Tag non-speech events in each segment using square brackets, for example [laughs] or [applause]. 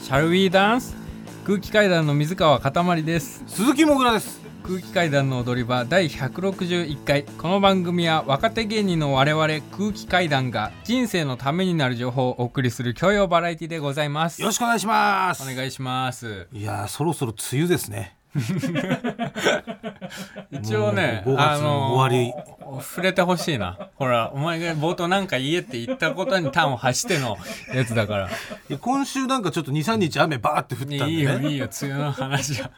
Shall we dance? 空気階段の水川かたまりです鈴木もぐらです空気階段の踊り場第161回この番組は若手芸人の我々空気階段が人生のためになる情報をお送りする教養バラエティでございますよろしくお願いしますお願いしますいやーそろそろ梅雨ですね一応ねもう5月の終わあの触れてほしいなほらお前が冒頭なんか言えって言ったことに端を発してのやつだからえ今週なんかちょっと23日雨バーって降ったんいでやねいいよいいよ梅雨の話は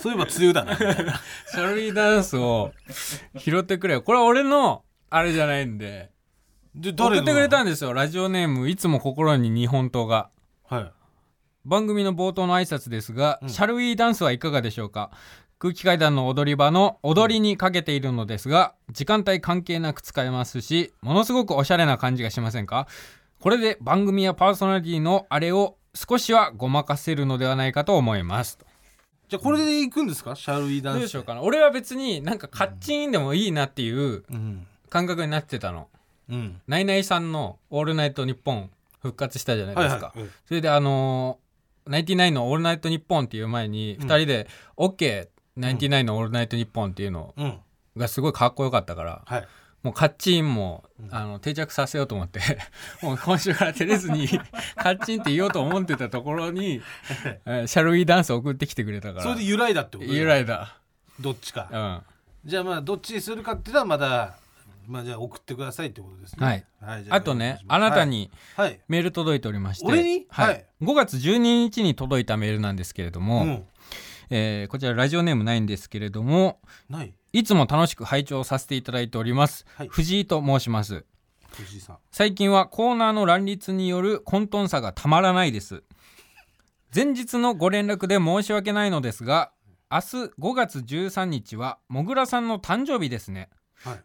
そういえば梅雨だなみたいなシャルビーダンスを拾ってくれよこれは俺のあれじゃないんでで [laughs] 送ってくれたんんですよラジオネームいつも心に日本刀がはい番組の冒頭の挨拶ですが、シャルウィーダンスはいかがでしょうか空気階段の踊り場の踊りにかけているのですが時間帯関係なく使えますしものすごくおしゃれな感じがしませんかこれで番組やパーソナリティのあれを少しはごまかせるのではないかと思いますじゃあこれで行くんですか、シャルウィーダンどスうでしょうかな俺は別になんかカッチンでもいいなっていううん感覚になってたのうんナイナイさんの「オールナイトニッポン」復活したじゃないですか、はいはいそれであのーナインティナインのオールナイトニッポンっていう前にん2人でオッケーナインティナインのオールナイトニッポンっていうのうんがすごいかっこよかったから、はいもうカッチンも、あの定着させようと思って [laughs] もう今週から照れず [laughs] にカッチンって言おうと思ってたところに「えーシャルウィーダンス」送ってきてくれたかそれらで由来だってこと由来だどっちか、うんじゃあまあどっちにするかっていうのはまだまあじゃあ送ってくださいってことですねはい、はいじゃあとねあなた、にはいはいメール届いておりまして俺にははいい、 5月12日に届いたメールなんですけれども、うん、えーこちらラジオネームないんですけれどもないいつも楽しく拝聴させていただいております、はい藤井と申します藤井さん最近はコーナーの乱立による混沌さがたまらないです前日のご連絡で申し訳ないのですが明日5月13日はもぐらさんの誕生日ですねはい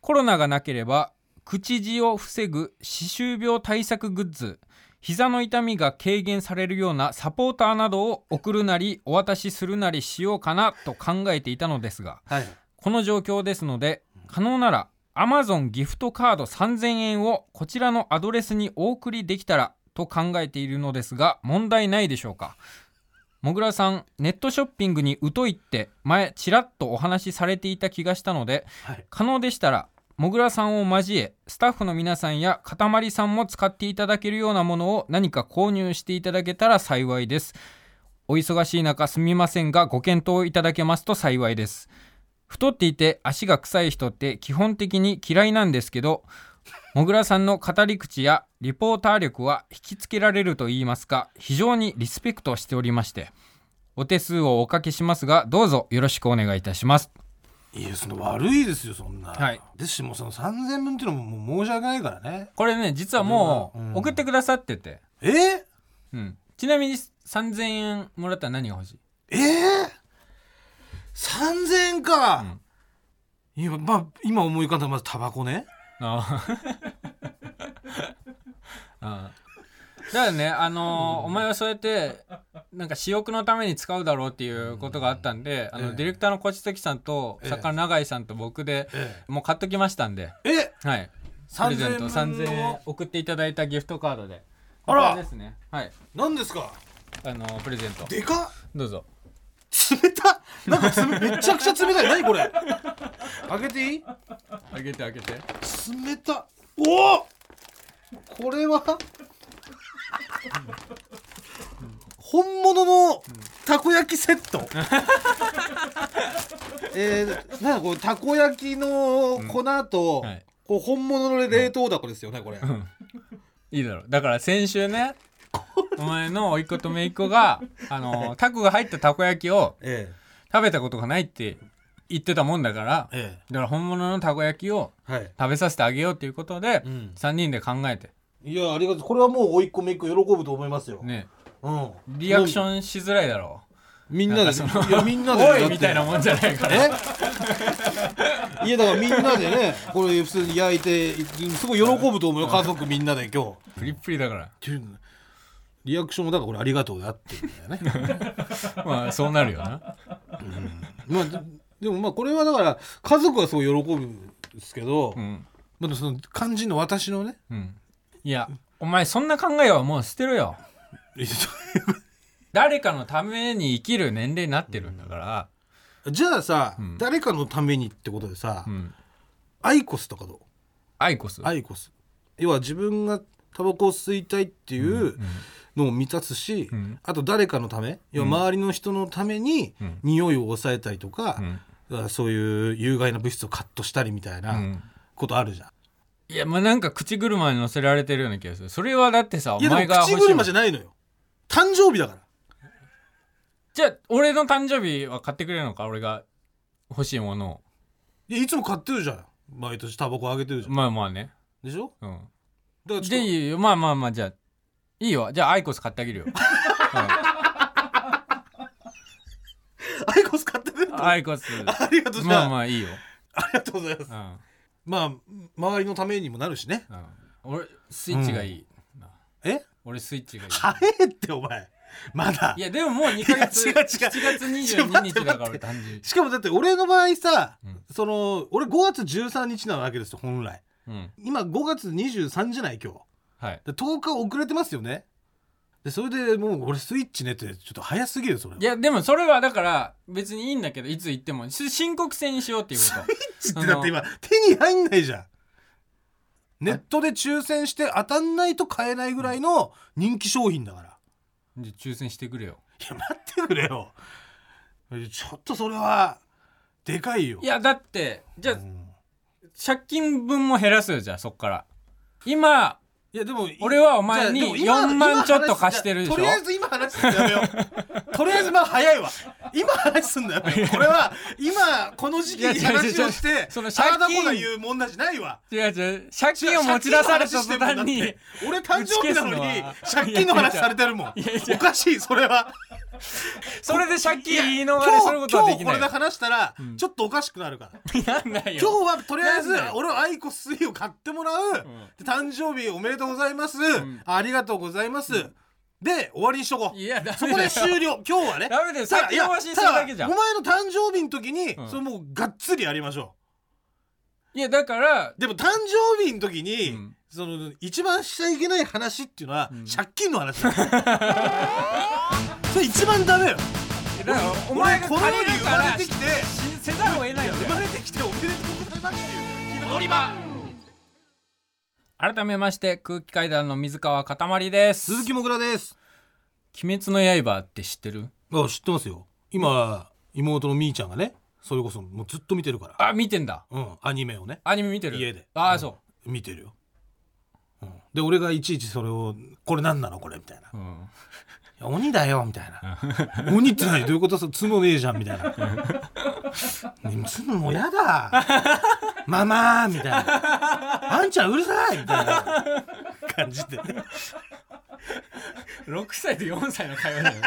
コロナがなければ口地を防ぐ歯周病対策グッズ膝の痛みが軽減されるようなサポーターなどを送るなりお渡しするなりしようかなと考えていたのですがはいこの状況ですので可能なら Amazon ギフトカード3000円をこちらのアドレスにお送りできたらと考えているのですが問題ないでしょうかもぐらさんネットショッピングに疎いって前ちらっとお話しされていた気がしたのではい可能でしたらもぐらさんを交えスタッフの皆さんやかたまりさんも使っていただけるようなものを何か購入していただけたら幸いですお忙しい中すみませんがご検討いただけますと幸いです太っていて足が臭い人って基本的に嫌いなんですけどもぐらさんの語り口やリポーター力は引きつけられると言いますか非常にリスペクトしておりましてお手数をおかけしますがどうぞよろしくお願いいたしますいやその悪いですよそんな、はいですしもうその3000分っていうのももう申し訳ないからねこれね実はもこれはうんう送ってくださってて、えー、うん、ちなみに3000円もらったら何が欲しいえー、3000円か、今まあ今思い浮かんだのはまずタバコねあ [laughs] あああだからねあのーお前はそうやってなんか私欲のために使うだろうっていうことがあったんで、あのええディレクターの小千月さんとええ作家の永井さんと僕で、えもう買っときましたんで、えはい、プレゼン3000ト円3000円分送っていただいたギフトカードであらこれですねはいなんですかあのープレゼントでかっどうぞ冷たなんかつめめちゃくちゃ冷たい何これ開けていいあげてあげて冷たおおこれは本物のたこ焼きセット、えー、なんかこうたこ焼きの粉と、はいこう本物の冷凍だこですよねこれ、いいだろうだから先週ねお前の甥っ子と姪っ子があのタコが入ったたこ焼きをえ食べたことがないって言ってたもんだからええだから本物のたこ焼きをえはい食べさせてあげようということで、うん3人で考えていやありがとうこれはもう甥いっ子姪っ子喜ぶと思いますよ、ねうんリアクシンョンしづらいだろみんなでなんかそのいやみんうなで [laughs] おやいってみたいなもんじゃないからえいやだからみんなでねこれ普通に焼いてすごい喜ぶと思うよ家族みんなで今プリップリだか日リアクションもだからこれありがとうだっていうんだよね、らまあそうなるよなまあ、ででもまあこれはだから家族はすごい喜ぶんですけど、うんまあでもその肝心の私のねうんいやお前そんな考えはもう捨てろよいや誰かのために生きる年齢になってるんだから、 [laughs] じゃあさ、ん誰かのためにってことでさ、うん、アイコスとかどうアイコスアイコス要は自分がタバコを吸いたいっていううのを満たすし、うんあと誰かのため要は周りの人のためにうん匂いを抑えたりとかう、んそういう有害な物質をカットしたりみたいうなんことあるじゃん、いやまあなんか口車に乗せられてるような気がするそれはだってさおいや前でがも欲し口い車じゃないのよ誕生日だからじゃあ俺の誕生日は買ってくれるのか俺が欲しいものをいやいつも買ってるじゃん毎年タバコあげてるじゃんまあまあねでしょうんだからちでょっいいよまあまあまあじゃあいいよじゃあアイコス買ってあげ [laughs] るよ、うとアイコス買ってくれんたアイコスありがとうじゃまあ、あまあいいよ、ありがとうございますうんまあ周りのためにもなるしねうん、俺スイッチがいい、なえ俺スイッチがいい早えってお前まだいやでももう2ヶ月い [laughs] や違う違う7月22日だか [laughs] ら俺誕生日しかもだって俺の場合さ、うんその俺5月13日なわけですよ本来うん今5月23じゃない今日はいで10日遅れてますよねでそれでもう俺スイッチねってちょっと早すぎるそれいやでもそれはだから別にいいんだけどいつ行ってもし深刻性にしようっていうことスイッチって [laughs] だって今手に入んないじゃんネットで抽選して当たんないと買えないぐらいの人気商品だからじゃあ抽選してくれよいや待ってくれよちょっとそれはでかいよいやだってじゃあうん借金分も減らすよじゃあそっから今いやでもい俺はお前じゃあにでも今4万ちょっと貸してるでしょとりあえず今話すんだやめよう [laughs] とりあえずまあ早いわ今話すんだよこれは今この時期にいや違う違う話をしてそのあ借金あだこうだ言う問題じゃないわ違う違う借金を持ち出された途端にい借金の話してんもんだって俺誕生日なの打ち消すのには借金の話されてるもんやいやおかしいそれはそれで借金言い逃今れする日ことはで今日きこないれで話したらんちょっとおかしくなるからなんないよ今日はとりあえずなんだよ俺はアイコス3を買ってもらう、んで誕生日おめでとうございます、んありがとうございます、で終わりにしとこういやダメだよそこで終了今日はねダメだよただ先延ばしにするだけじゃんいやただお前の誕生日の時に、うんそれもうがっつりやりましょいやだからうでも誕生日の時に、うんその一番しちゃいけない話っていうのは、ん借金の話だ [laughs] それ一番ダメよだからお前がこの世借にりる生かまられてきてせざるを得ないよ生まれてきておめでとうございますっていう踊り場改めまして空気階段の水川かたまりです鈴木もぐらです鬼滅の刃って知ってるあ知ってますよ今妹のみーちゃんがねそれこそもうずっと見てるからあ見てんだうんアニメをねアニメ見てる家でああそ見てるよ、うん、で俺がいちいちそれを「これ何なのこれ」みたいなう、うん、 「鬼だよ」みたいな「鬼って何どういうことさ角ねえじゃん」みたいな「ね角もうやだ」「ママ」みたいな「あんちゃんうるさい」みたいな感じで6歳と4歳の会話だよ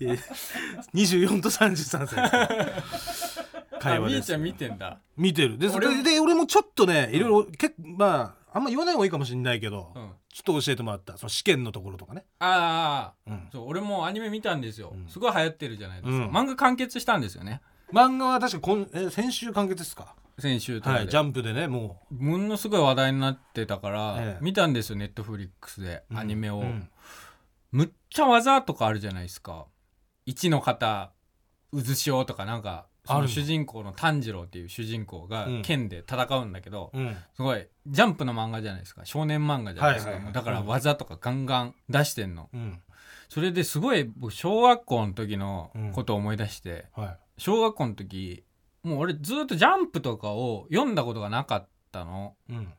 いや24と33歳です [laughs] 会話みでーすちゃん見てんだ見てるでそ俺もれで俺もちょっとねいろいろ結構まああんま言わない方がいいかもしれないけど、うんちょっと教えてもらったその試験のところとかね、ああうんそう俺もアニメ見たんですよ、んすごい流行ってるじゃないですか、うん漫画完結したんですよね漫画は確か今え先週完結ですか先週とかで、はいジャンプでねもものすごい話題になってたから、ええ見たんですよネットフリックスでうアニメを、うんむっちゃ技とかあるじゃないですか一の方渦潮とかなんかそあるのの主人公の炭治郎っていう主人公がうん剣で戦うんだけど、うんすごいジャンプの漫画じゃないですか少年漫画じゃないですか、はいはいはいだから技とかガンガン出してんのうんそれですごい僕小学校の時のことを思い出して、はい小学校の時もう俺ずっと「ジャンプ」とかを読んだことがなかったのうん、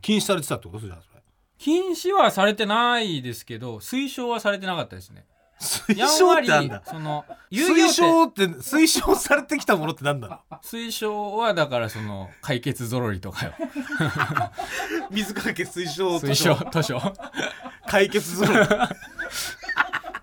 禁止されてたってことじゃんそれ禁止はされてないですけど推奨はされてなかったですね [laughs] 推奨ってなやんんわだりその遊戯推王って奨って推奨されてきたものってなんだろ推奨はだからその解決ぞろりと [laughs] かよう [laughs] 水かけ推奨推奨図書解決ゾーン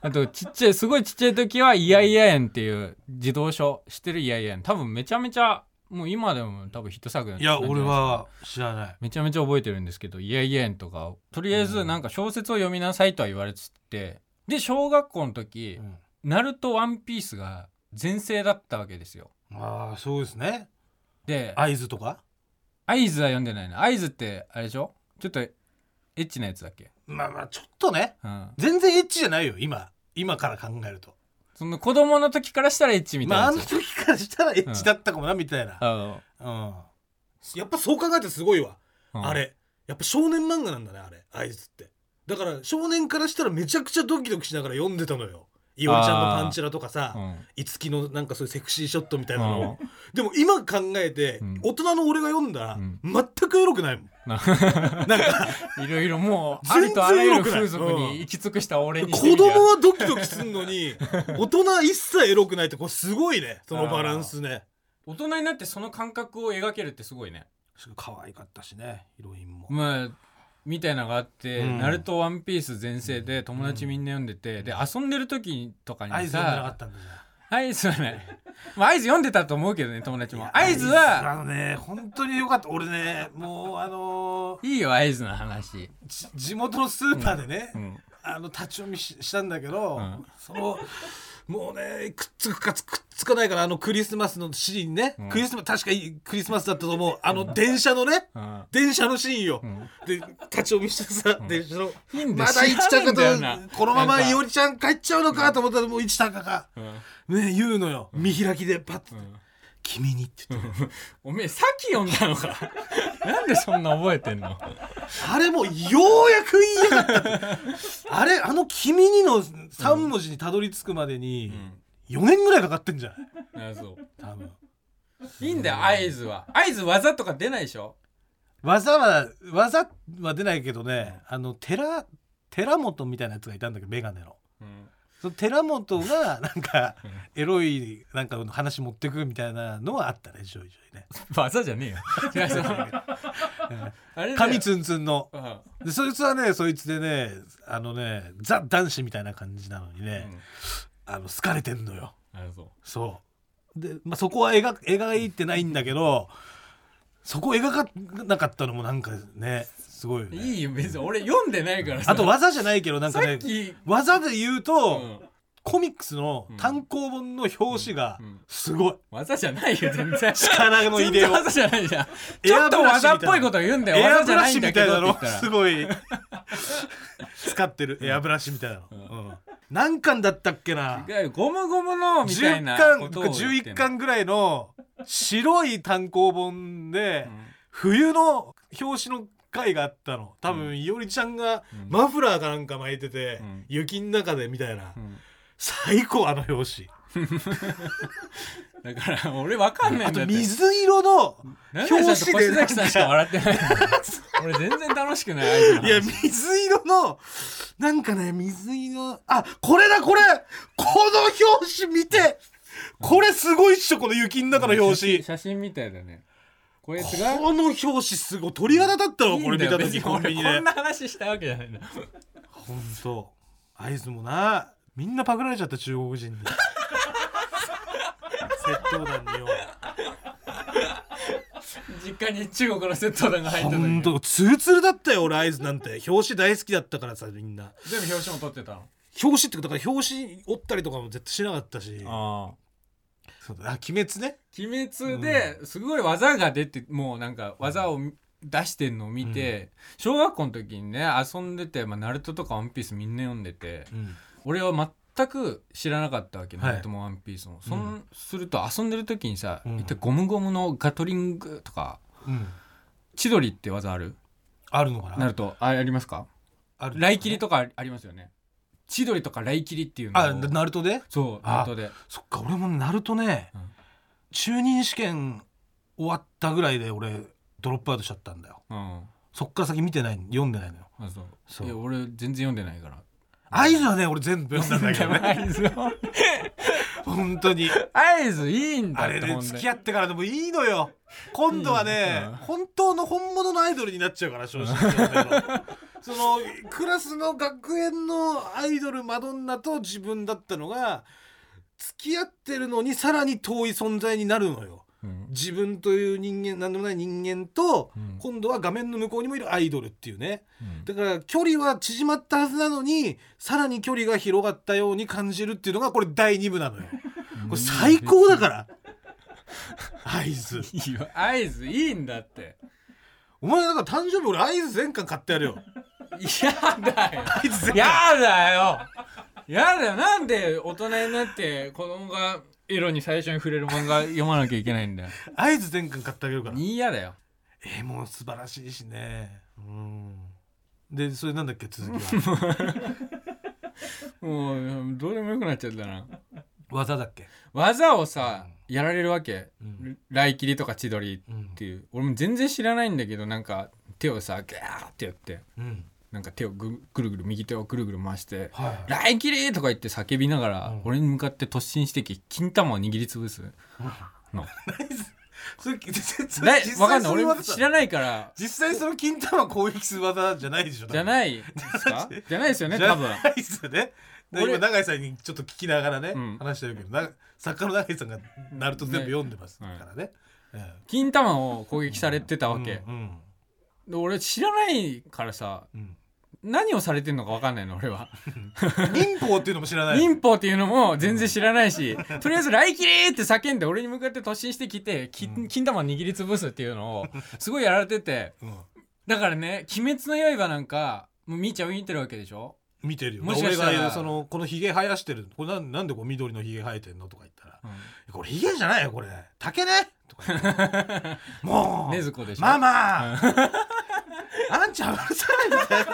あとちっちゃいすごいちっちゃい時は「イヤイヤ園」っていう児童書知ってるイヤイヤ園多分めちゃめちゃもう今でも多分ヒット作なん [laughs] いじゃなやですか俺は知らないめちゃめちゃ覚えてるんですけど「いやいやん」とかとりあえずなんか小説を読みなさいとは言われててで小学校の時うん「ナルトワンピースが全盛だったわけですよ。ああそうですねで合図とか合図は読んでないな合図ってあれでしょちょっとエッチなやつだっけまあまあちょっとねうん、全然エッチじゃないよ今今から考えるとその子供の時からしたらエッチみたいまなああやのつ、時からしたらエッチだったかもなみたいな、あのうんやっぱそう考えてすごいわ、うんあれやっぱ少年漫画なんだねあれあいつってだから少年からしたらめちゃくちゃドキドキしながら読んでたのよいおりちゃんのパンチラとかさ、うんいつきのなんかそういうセクシーショットみたいなのをうでも今考えて、うん大人の俺が読んだら、うん全くエロくないもんんなんかいろいろもうあ全り然とあらゆ良るくない風俗に行き尽くした俺にしてみ子り供ゃはドキドキすんのに大人一切エロくないってこれすごいねそのバランスね大人になってその感覚を描けるってすごいね可愛かったしねヒロインもまあみたいなのがあって「うんナルトワンピース全盛で友達みんな読んでて、で遊んでる時とか合に図読んでなかっさたんだじゃん合図はない、まあ、合図読んでたと思うけどね友達も合図いやはあのね本当によかった俺ねもうあのいいよ合図の話、ーじ地元のスーパーでね、うんあの立ち読みししたんだけど、うんそのもうねくっつくかつくっつかないからあのクリスマスのシーンね、うんクリスマス確かいいクリスマスだったと思うあの電車のね、うん電車のシーンよ、うんで立ち読みしてさ、ん電車のいいんだまだい知ちらなたいかんとだよなこのままなんかいおりちゃん帰っちゃうのかと思ったらもういちたかが、うんね言うのよ見開きでパッと、ん君に」って言って、 [laughs] おめえさっき読んだの [laughs] かなんでそんな覚えてんのあれもうようやく言いやがったって [laughs] あれあの「君に」の3文字にたどり着くまでに4年ぐらいかかってんじゃないあそう多分いいんだよ合図は合図技とか出ないでしょ技は技は出ないけどねあの寺寺本みたいなやつがいたんだけど眼鏡の。うんその寺本 [laughs] がなんかエロいなんか話持ってくるみたいなのはあったねちょいちょい [laughs] ね技じゃねえよいやそのあれだよ髪ツンツンのうんでそいつはねそいつでねあのねザ男子みたいな感じなのにね、あの好かれてんのよあそうそうで、まあ、そこは描描いてないんだけどそこ描かなかったのもなんかねすごいよねいいよ別に俺読んでないからさあと技じゃないけどなんさかねっき技で言ううと、んコミックスの単行本の表紙がうんうんすごい技じゃないよ全然力の入全れ然を技じゃないじゃんちエょアっとブラシみたいな技っぽいこと言 [laughs] うんだエよア技じブゃラないシんだみけたいどって言なのったらす [laughs] ごい使ってるエアブラシみたいなの、んうん何巻だったっけなゴムゴムのみたい10な巻ことを言ってんの11巻ぐらいの白い単行本で、うん冬の表紙の回があったの多分、いおりちゃんがうんマフラーかなんか巻いてて、うん雪の中でみたいな、うん最高あの表紙だから俺わかんないあんだとって水色のなん表でさ紙で越なん崎さんしかか笑ってないの [laughs] 俺全然楽しくない相手のい話や水色のなんかね水色あこれだこれこの表紙見てこれすごいっしょこの雪の中の表紙写真みたいだねこいつがこの表紙すごい鳥肌立ったわこれ見たいいんだよ別時にコンビニ俺こでんな話したわけじゃないんだほんと合図もなみんなパクられちゃった中国人 [laughs] で窃盗団によ実家に中国の窃盗団が入ってたほのにん全部とツルツルだったよ俺合図なんて表紙大好きだったからさみんな表紙も撮ってたの表紙ってだから表紙折ったりとかも絶対しなかったしああそうだあ鬼滅ね鬼滅ですごい技が出てもうなんか技を出してんのを見て、小学校の時にね遊んでて「まあ、ナルトとか「ワンピースみんな読んでて俺は全く知らなかったわけ、はいナルトも「ワンピースもそん、すると遊んでる時にさ、うん一体ゴムゴムのガトリングとかうん千鳥って技あるあるのかナなルトあありますかある雷切りとかありますよね千鳥とか雷切りっていうのをあナルトでそうナあルトでそっか俺もナルトね、うん中任試験終わったぐらいで俺ドロップアウトしちゃったんだようんあそっから先見てない読んでないのよそうそういや俺全然読んでないから合図はね俺全部読んだんだけどね合図を [laughs] 本当に合図いいんだあってれほねんで付き合ってからでもいいのよ今度はね、うん本当の本物のアイドルになっちゃうから正直だけど [laughs] そのクラスの学園のアイドルマドンナと自分だったのが付き合ってるのにさらに遠い存在になるのようん自分という人間何でもない人間と、うん今度は画面の向こうにもいるアイドルっていうねうんだから距離は縮まったはずなのにさらに距離が広がったように感じるっていうのがこれ第2部なのよこれ最高だから合図いいよ合図いいんだってお前なんか誕生日俺合図全巻買ってやるよやだよいつ [laughs] やだよやだよなんで大人になって子供がエロに最初に触れる漫画読まなきゃいけない [laughs] んだよ合図全巻買ってあげるから嫌だよえー、もう素晴らしいしねうんでそれなんだっけ続きはもうどうでもよくなっちゃったな [laughs] 技だっけ技をさやられるわけ、うん雷切りとか千鳥っていう、俺も全然知らないんだけどなんか手をさギャーってやってうんなんか手をぐぐるぐる右手をぐるぐる回しては「雷切り!」とか言って叫びながら、うん俺に向かって突進してき金玉を握りつぶすのそれ実だ際いわかんないそ俺れも知らないから実際その金玉攻撃する技じゃないでしょじゃいないですかじゃないですよね [laughs] じゃ多分ないですよねだから俺今永井さんにちょっと聞きながらね、うん話してるけどな作家の永井さんがナルト全部読んでますかねらねえ金玉を攻撃されてたえわけ、うんで俺知らないからさうん何をされてんのかわかんないの俺はうん民法っていうのも知らない忍法っていうのも全然知らないしとりあえず「来キレー!」って叫んで俺に向かって突進してきてき金玉を握りつぶすっていうのをすごいやられててうんだからね「鬼滅の刃」なんかもうみーちゃん見てるわけでしょ見てるよもしかしたら俺がそのこのひげ生やしてるこれなんなんでこう緑のひげ生えてんのとか言ったら「これひげじゃないよこれ竹ね」とか言って [laughs] 「もう禰豆子でしょママあんちゃんうるさい」みたいな。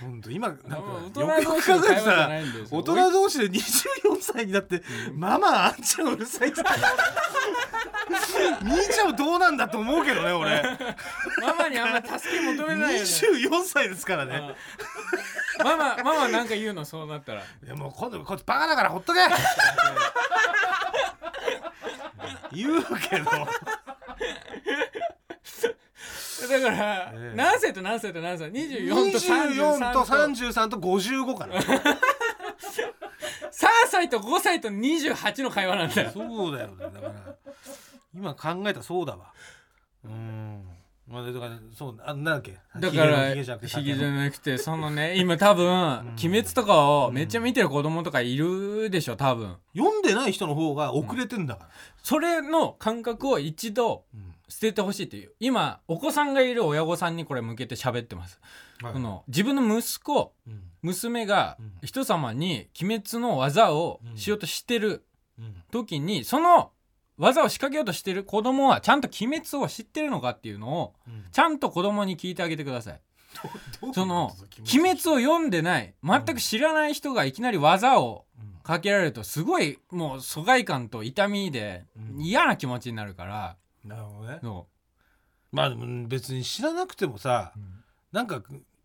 本当今なんかうんよくよく考えてたらいんですよ大人同士で24歳になって「ママあんちゃんうるさい」って言ったら兄ちゃんはどうなんだと思うけどね [laughs] 俺。ママにあんま助け求め [laughs] ないよね24歳ですからね。ママママなんか言うのそうなったらいやもう今度こっちバカだからほっとけ [laughs] 言うけどだから、ええ何歳と何歳と何歳24と24 33とと33と55から3歳と5歳と28の会話なんだよ [laughs] そうだよねだから今考えたらそうだわうんまあだからそうあなんだっけだからヒヒゲゲじじゃゃなくなくてて酒のそのね今多分「鬼滅」とかをめっちゃ見てる子供とかいるでしょ多分読んでない人の方が遅れてんだから、それの感覚を一度うん捨ててほしいっていう今お子さんがいる親御さんにこれ向けて喋ってます、はいこの自分の息子うん娘がうん人様に「鬼滅」の技をしようとしてる、うん時にその技を仕掛けようとしてる子供はちゃんと鬼滅を知ってるのかっていうのをうんちゃんと子供に聞いてあげてくださいどういうことその鬼鬼滅を読んでない全く知らない人がいきなり技をうんかけられるとすごいもう疎外感と痛みでうん嫌な気持ちになるからなるほどねそまあでも別に知らなくてもさうなんか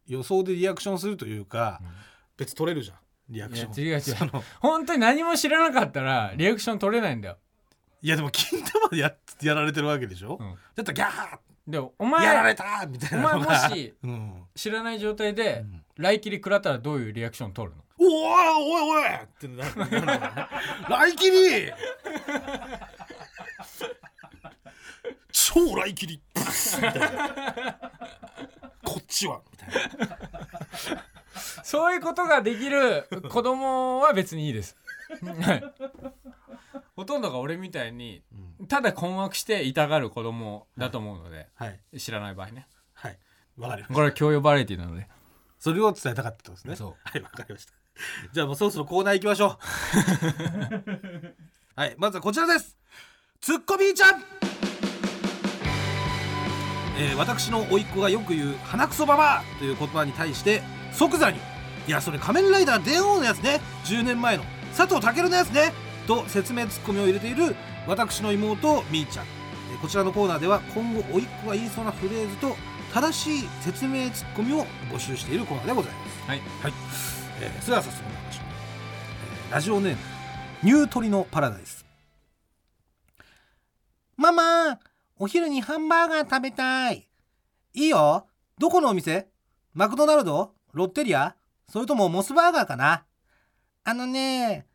予想でリアクションするというか、うん別に取れるじゃんリアクションいや違う違うその本当に何も知らなかったらリアクション取れないんだよ [laughs] いやでも金玉でややられてるわけでしょ、うんだったらギャでおーやら前れたーみたいなおのが前もし、うん知らない状態うでん来切り食らったらどういうリアクション取るのおーおいおいってなるなるのかなライキリ超ライキリみたいなこっちはみたいなそういうことができる子供は別にいいです。はいほとんどが俺みたいにうただ困惑して痛がる子供だと思うので、はい知らない場合ねはいわかりましたこれは教養バラエティなのでそれを伝えたかったってことですねそうはいわかりましたじゃあもうそろそろコーナー行きましょう [laughs] はいまずはこちらですツッコミーちゃんえー私の甥っ子がよく言う「鼻くそばばあ」という言葉に対して即座に「いやそれ仮面ライダー電王のやつね10年前の佐藤健のやつね」と説明ツッコミを入れている私の妹みーちゃんえーこちらのコーナーでは今後甥っ子が言いそうなフレーズと正しい説明ツッコミを募集しているコーナーでございますはい、はいえー、それでは早速参りましょう、えーラジオネームニュートリノパラダイスママお昼にハンバーガー食べたいいいよどこのお店マクドナルドロッテリアそれともモスバーガーかなあのね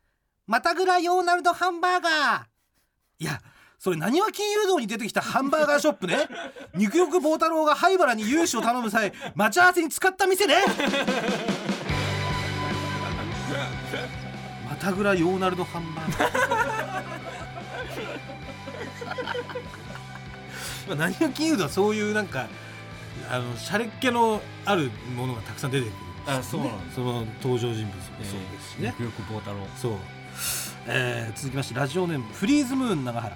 またぐらヨーナルドハンバーガーいやそれ何は金融道に出てきたハンバーガーショップね肉欲棒太郎が灰原に融資を頼む際待ち合わせに使った店ねまたぐらヨーナルドハンバーガーまあ、何が金融だそういうなんかあの洒落っ気のあるものがたくさん出てくるあそうなんその登場人物もそうですしよね、くよく棒太郎そう、えー続きましてラジオネームフリーズムーン長原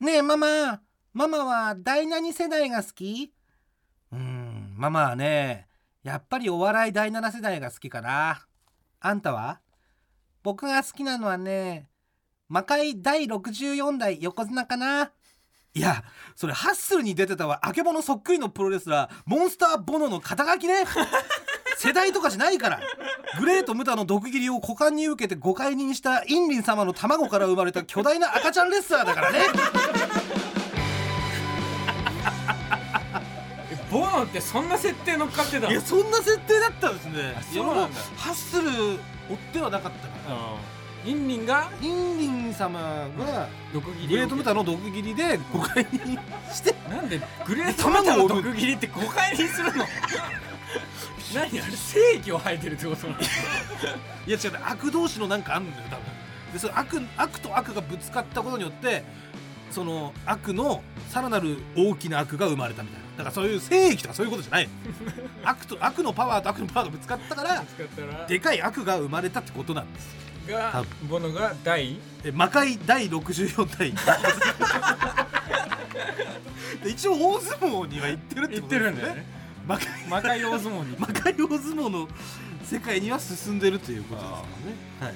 ねえママママは第何世代が好きうーんママはねやっぱりお笑い第7世代が好きかなあんたは僕が好きなのはね魔界第64代横綱かないやそれハッスルに出てたわあけぼのそっくりのプロレスラーモンスターボノの肩書きね世代とかじゃないからグレート・ムタの毒斬りを股間に受けて誤解にしたインリン様の卵から生まれた巨大な赤ちゃんレッサーだからねボノってそんな設定乗っかってたいのやそんな設定だったんですねあそうなんだいやハッスル追ってはなかったかうんインリンがらインリン様が毒斬りグレート・ムタの毒斬りで誤解にしてなんでグレートメタの毒斬りって誤解にする [laughs] の何あれ正義を吐いてるってことなのいや違う悪同士のなんかあんのよ多分でその悪悪と悪がぶつかったことによってその悪のさらなる大きな悪が生まれたみたいなだからそういう正義とかそういうことじ [laughs] ゃない悪と悪のパワーと悪のパワーがぶつかったから使ったらでかい悪が生まれたってことなんですが多ボノが第え魔界第64代 [laughs] で一応大相撲には行ってるって言こっとてでするよんねだよね魔界魔界大相撲に [laughs] 魔界大相撲の世界には進んでるということですからね。はい。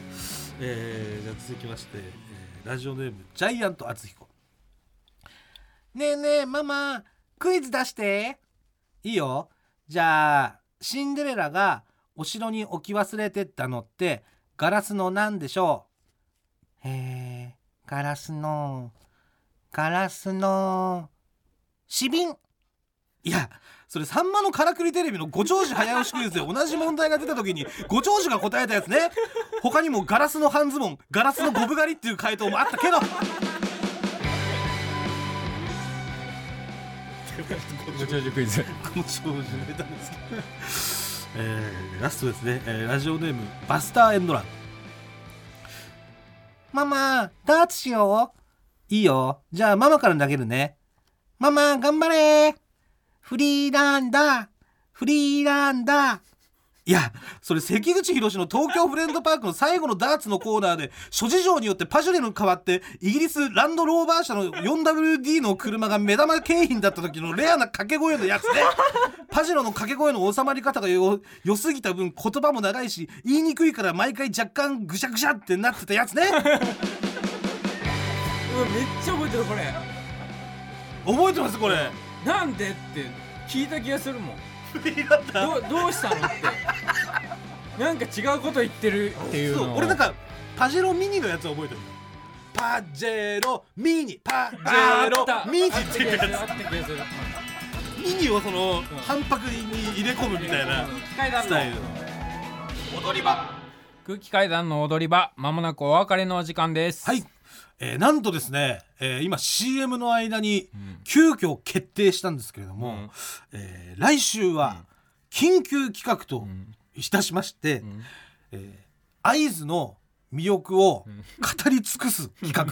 えー、じゃあ続きまして、えーラジオネームジャイアント厚彦。ねえねえママクイズ出して。いいよ。じゃあシンデレラがお城に置き忘れてったのってガラスのなんでしょう。へえガラスのガラスのシビン。いや。それさんまのからくりテレビのご長寿早押しクイズで同じ問題が出た時にご長寿が答えたやつね他にもガラスの半ズボンガラスのゴブ狩りっていう回答もあったけどご長寿クイズご長寿ネタですけど、えー、ラストですね、えーラジオネームバスターエンドランママダーツしよういいよじゃあママから投げるねママ頑張れフリーランダーフリーランダーいやそれ関口宏の東京フレンドパークの最後のダーツのコーナーで諸事情によってパジュレの代わってイギリスランドローバー社の 4WD の車が目玉景品だった時のレアな掛け声の [laughs] やつねパジェロの掛け声の収まり方がよ良すぎた分言葉も長いし言いにくいから毎回若干ぐしゃぐしゃってなってたやつねうわめっちゃ覚えてるこれ覚えてますこ [laughs] れなんでって聞いた気がするもんフリーランダーどうどうしたのってなんか違うこと言ってるっていうそうのを俺なんかパジェロミニのやつは覚えてるパジェロミニパジあェーあったロミニっていうやあった気がするあっつミニをその反拍に入れ込むみたいな機械ス弾タイルのの空気階段の踊り場まもなくお別れのお時間ですはい、えーなんとですね、えー今 CM の間に急遽決定したんですけれども、うんえー来週は緊急企画といたしまして、んえー会津の魅力を語り尽くす企画、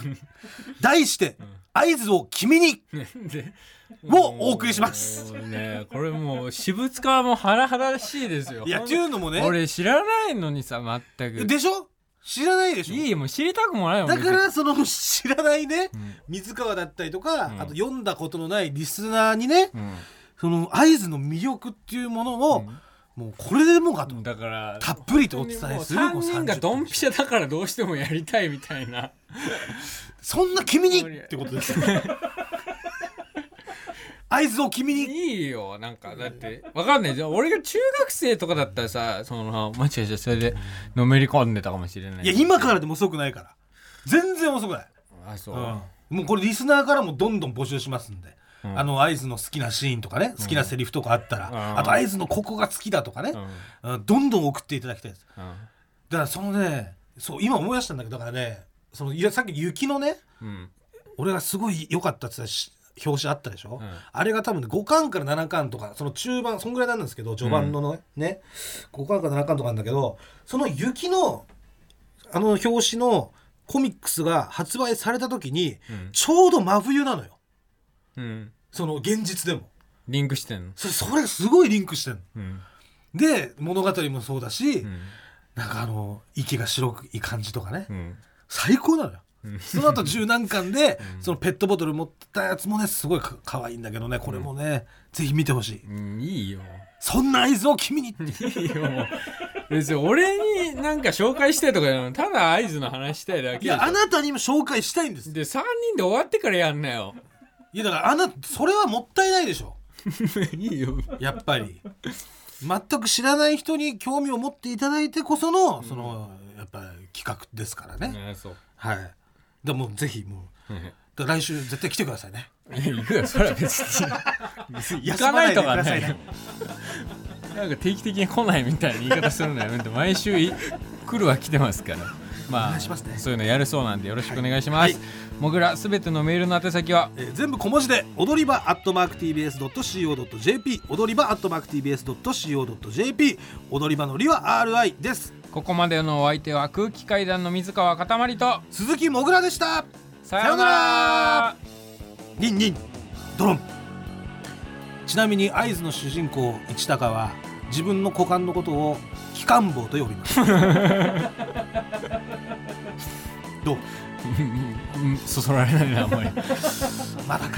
題して「会津を君にでをお送りしますもうねこれもう私物化もハラハラしいですよ」いやっていうのもね俺知らないのにさ全くでしょ知らないでしょいいもう知りたくもないもんだか別にらその知らないね、ん水川だったりとか、んあと読んだことのないリスナーにね、うんその会津の魅力っていうものを、もうこれでもかと、だからたっぷりとお伝えする3人がこう30分ドンピシャだからどうしてもやりたいみたいなそんな君にってことです会津を君にいいよなんかだってわかんないじゃあ俺が中学生とかだったらさそのもしかしてそれでのめり込んでたかもしれないいや今からでも遅くないから全然遅くない、あそう、うん、もうこれリスナーからもどんどん募集しますんで、んあの会津の好きなシーンとかね好きなセリフとかあったら、うんあと会津のここが好きだとかね、うんどんどん送っていただきたいですうだからそのねそう今思い出したんだけどだからねそのいやさっき雪のねんうん俺がすごい良かったって言ったし表紙あったでしょ、うんあれが多分ね5巻から7巻とかその中盤そんぐらいなんですけど序盤のね,、ね5巻から7巻とかなんだけどその雪のあの表紙のコミックスが発売された時に、うんちょうど真冬なのようんその現実でもリンクしてんのそそれすごいリンクしてんのうんで物語もそうだし、うんなんかあの息が白くいい感じとかね、うん最高なのようんその後十何巻 [laughs] で、うんそのペットボトル持ってたやつもねすごいか可愛いんだけどねこれもね、ぜひ見てほしいうんいいよそんな合図を君にいいよもう別に俺になんか紹介したいとかじゃないただ合図の話したいだけいでしょやあなたにも紹介したいんですで3人で終わってからやんな [laughs] よいやだからあなそれはもったいないでしょいいよやっぱり全く知らない人に興味を持っていただいてこその、そのやっぱり企画ですからね、あそう [laughs] はいでもうぜひもうだから来週絶対来てくださいねいや行くよそれは別に別に行 [laughs] 休かまなないいでとくかださいねねなんか定期的に来ないみたいな言い方するのやめて毎週い来るは来てますからまあお願いしますねそういうのやるそうなんでよろしくお願いします、はいもぐらすべてのメールの宛先はえー全部小文字で踊り場 atmarktbs.co.jp 踊り場 atmarktbs.co.jp 踊り場のりは RI ですここまでのお相手は空気階段の水川かたまりと鈴木もぐらでしたさようならニンニンドロンちなみに合図の主人公市高は自分の股間のことを機関棒と呼びますどううんうんそそ [laughs] られないなあんまりまだか